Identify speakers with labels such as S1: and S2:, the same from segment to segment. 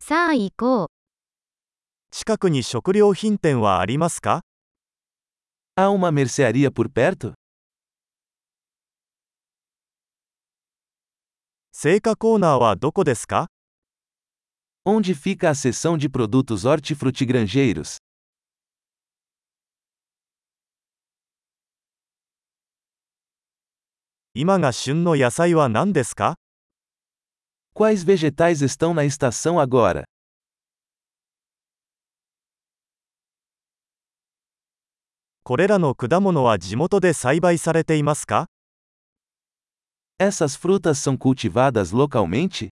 S1: さあ行こう。
S2: 近くに食料品店はありますか
S3: Há uma mercearia por perto?
S2: 青果コーナーはどこですか
S3: Onde fica a seção de produtos hortifrutigranjeiros?
S2: 今が旬の野菜は何ですか
S3: Quais vegetais estão na estação agora?
S2: これらの果物は地元で栽培されていますか
S3: Essas frutas são cultivadas localmente?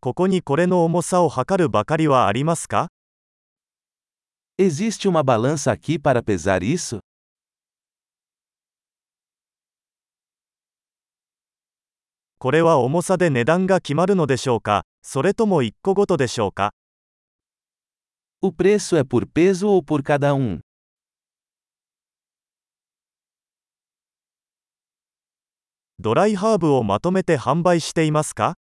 S2: ここにこれの重さを測るばかりはありますか
S3: Existe uma balança aqui para pesar isso?
S2: これは重さで値段が決まるのでしょうかそれとも1個ごとでしょうか
S3: O preço é por peso ou por cada um?
S2: ドライハーブをまとめて販売していますか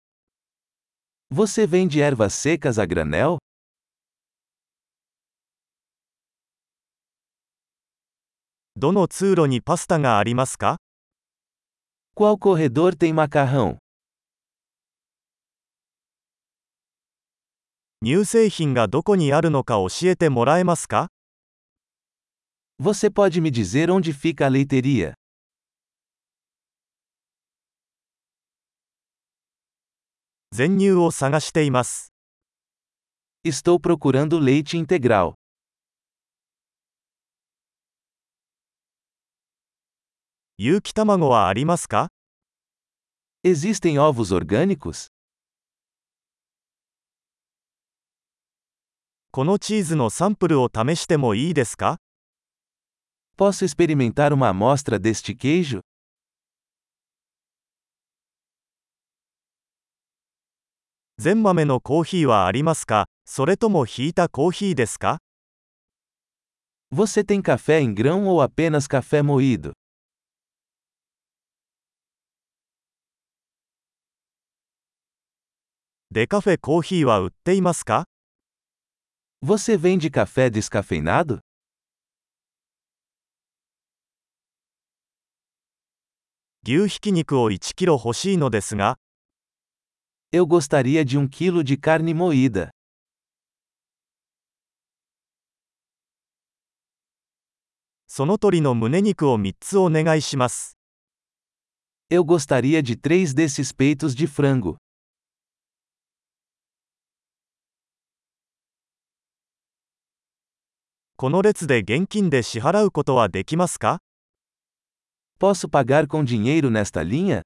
S3: Você vende ervas secas a granel?
S2: どの通路にパスタがありますか
S3: Qual corredor tem macarrão?
S2: 乳製品がどこにあるのか教えてもらえますか
S3: Você pode me dizer onde fica a leiteria?
S2: 全乳を探しています。
S3: Estou procurando leite integral.
S2: 有機卵はありますか
S3: Existem ovos orgânicos?
S2: このチーズのサンプルを試してもいいですか
S3: Posso experimentar uma amostra deste queijo?
S2: 全豆のコーヒーはありますかそれともひいたコーヒーですか
S3: Você tem café em grão ou apenas café moído?
S2: デカフェコーヒーは売っていますか
S3: Você vende café descafeinado?
S2: 牛ひき肉を1キロ欲しいのですが、
S3: Eu gostaria de um quilo de carne moída.
S2: その鳥の胸肉を3つお願いします。
S3: Eu gostaria de três desses peitos de frango.
S2: この列で現金で支払うことはできますか
S3: Posso pagar com dinheiro nesta linha?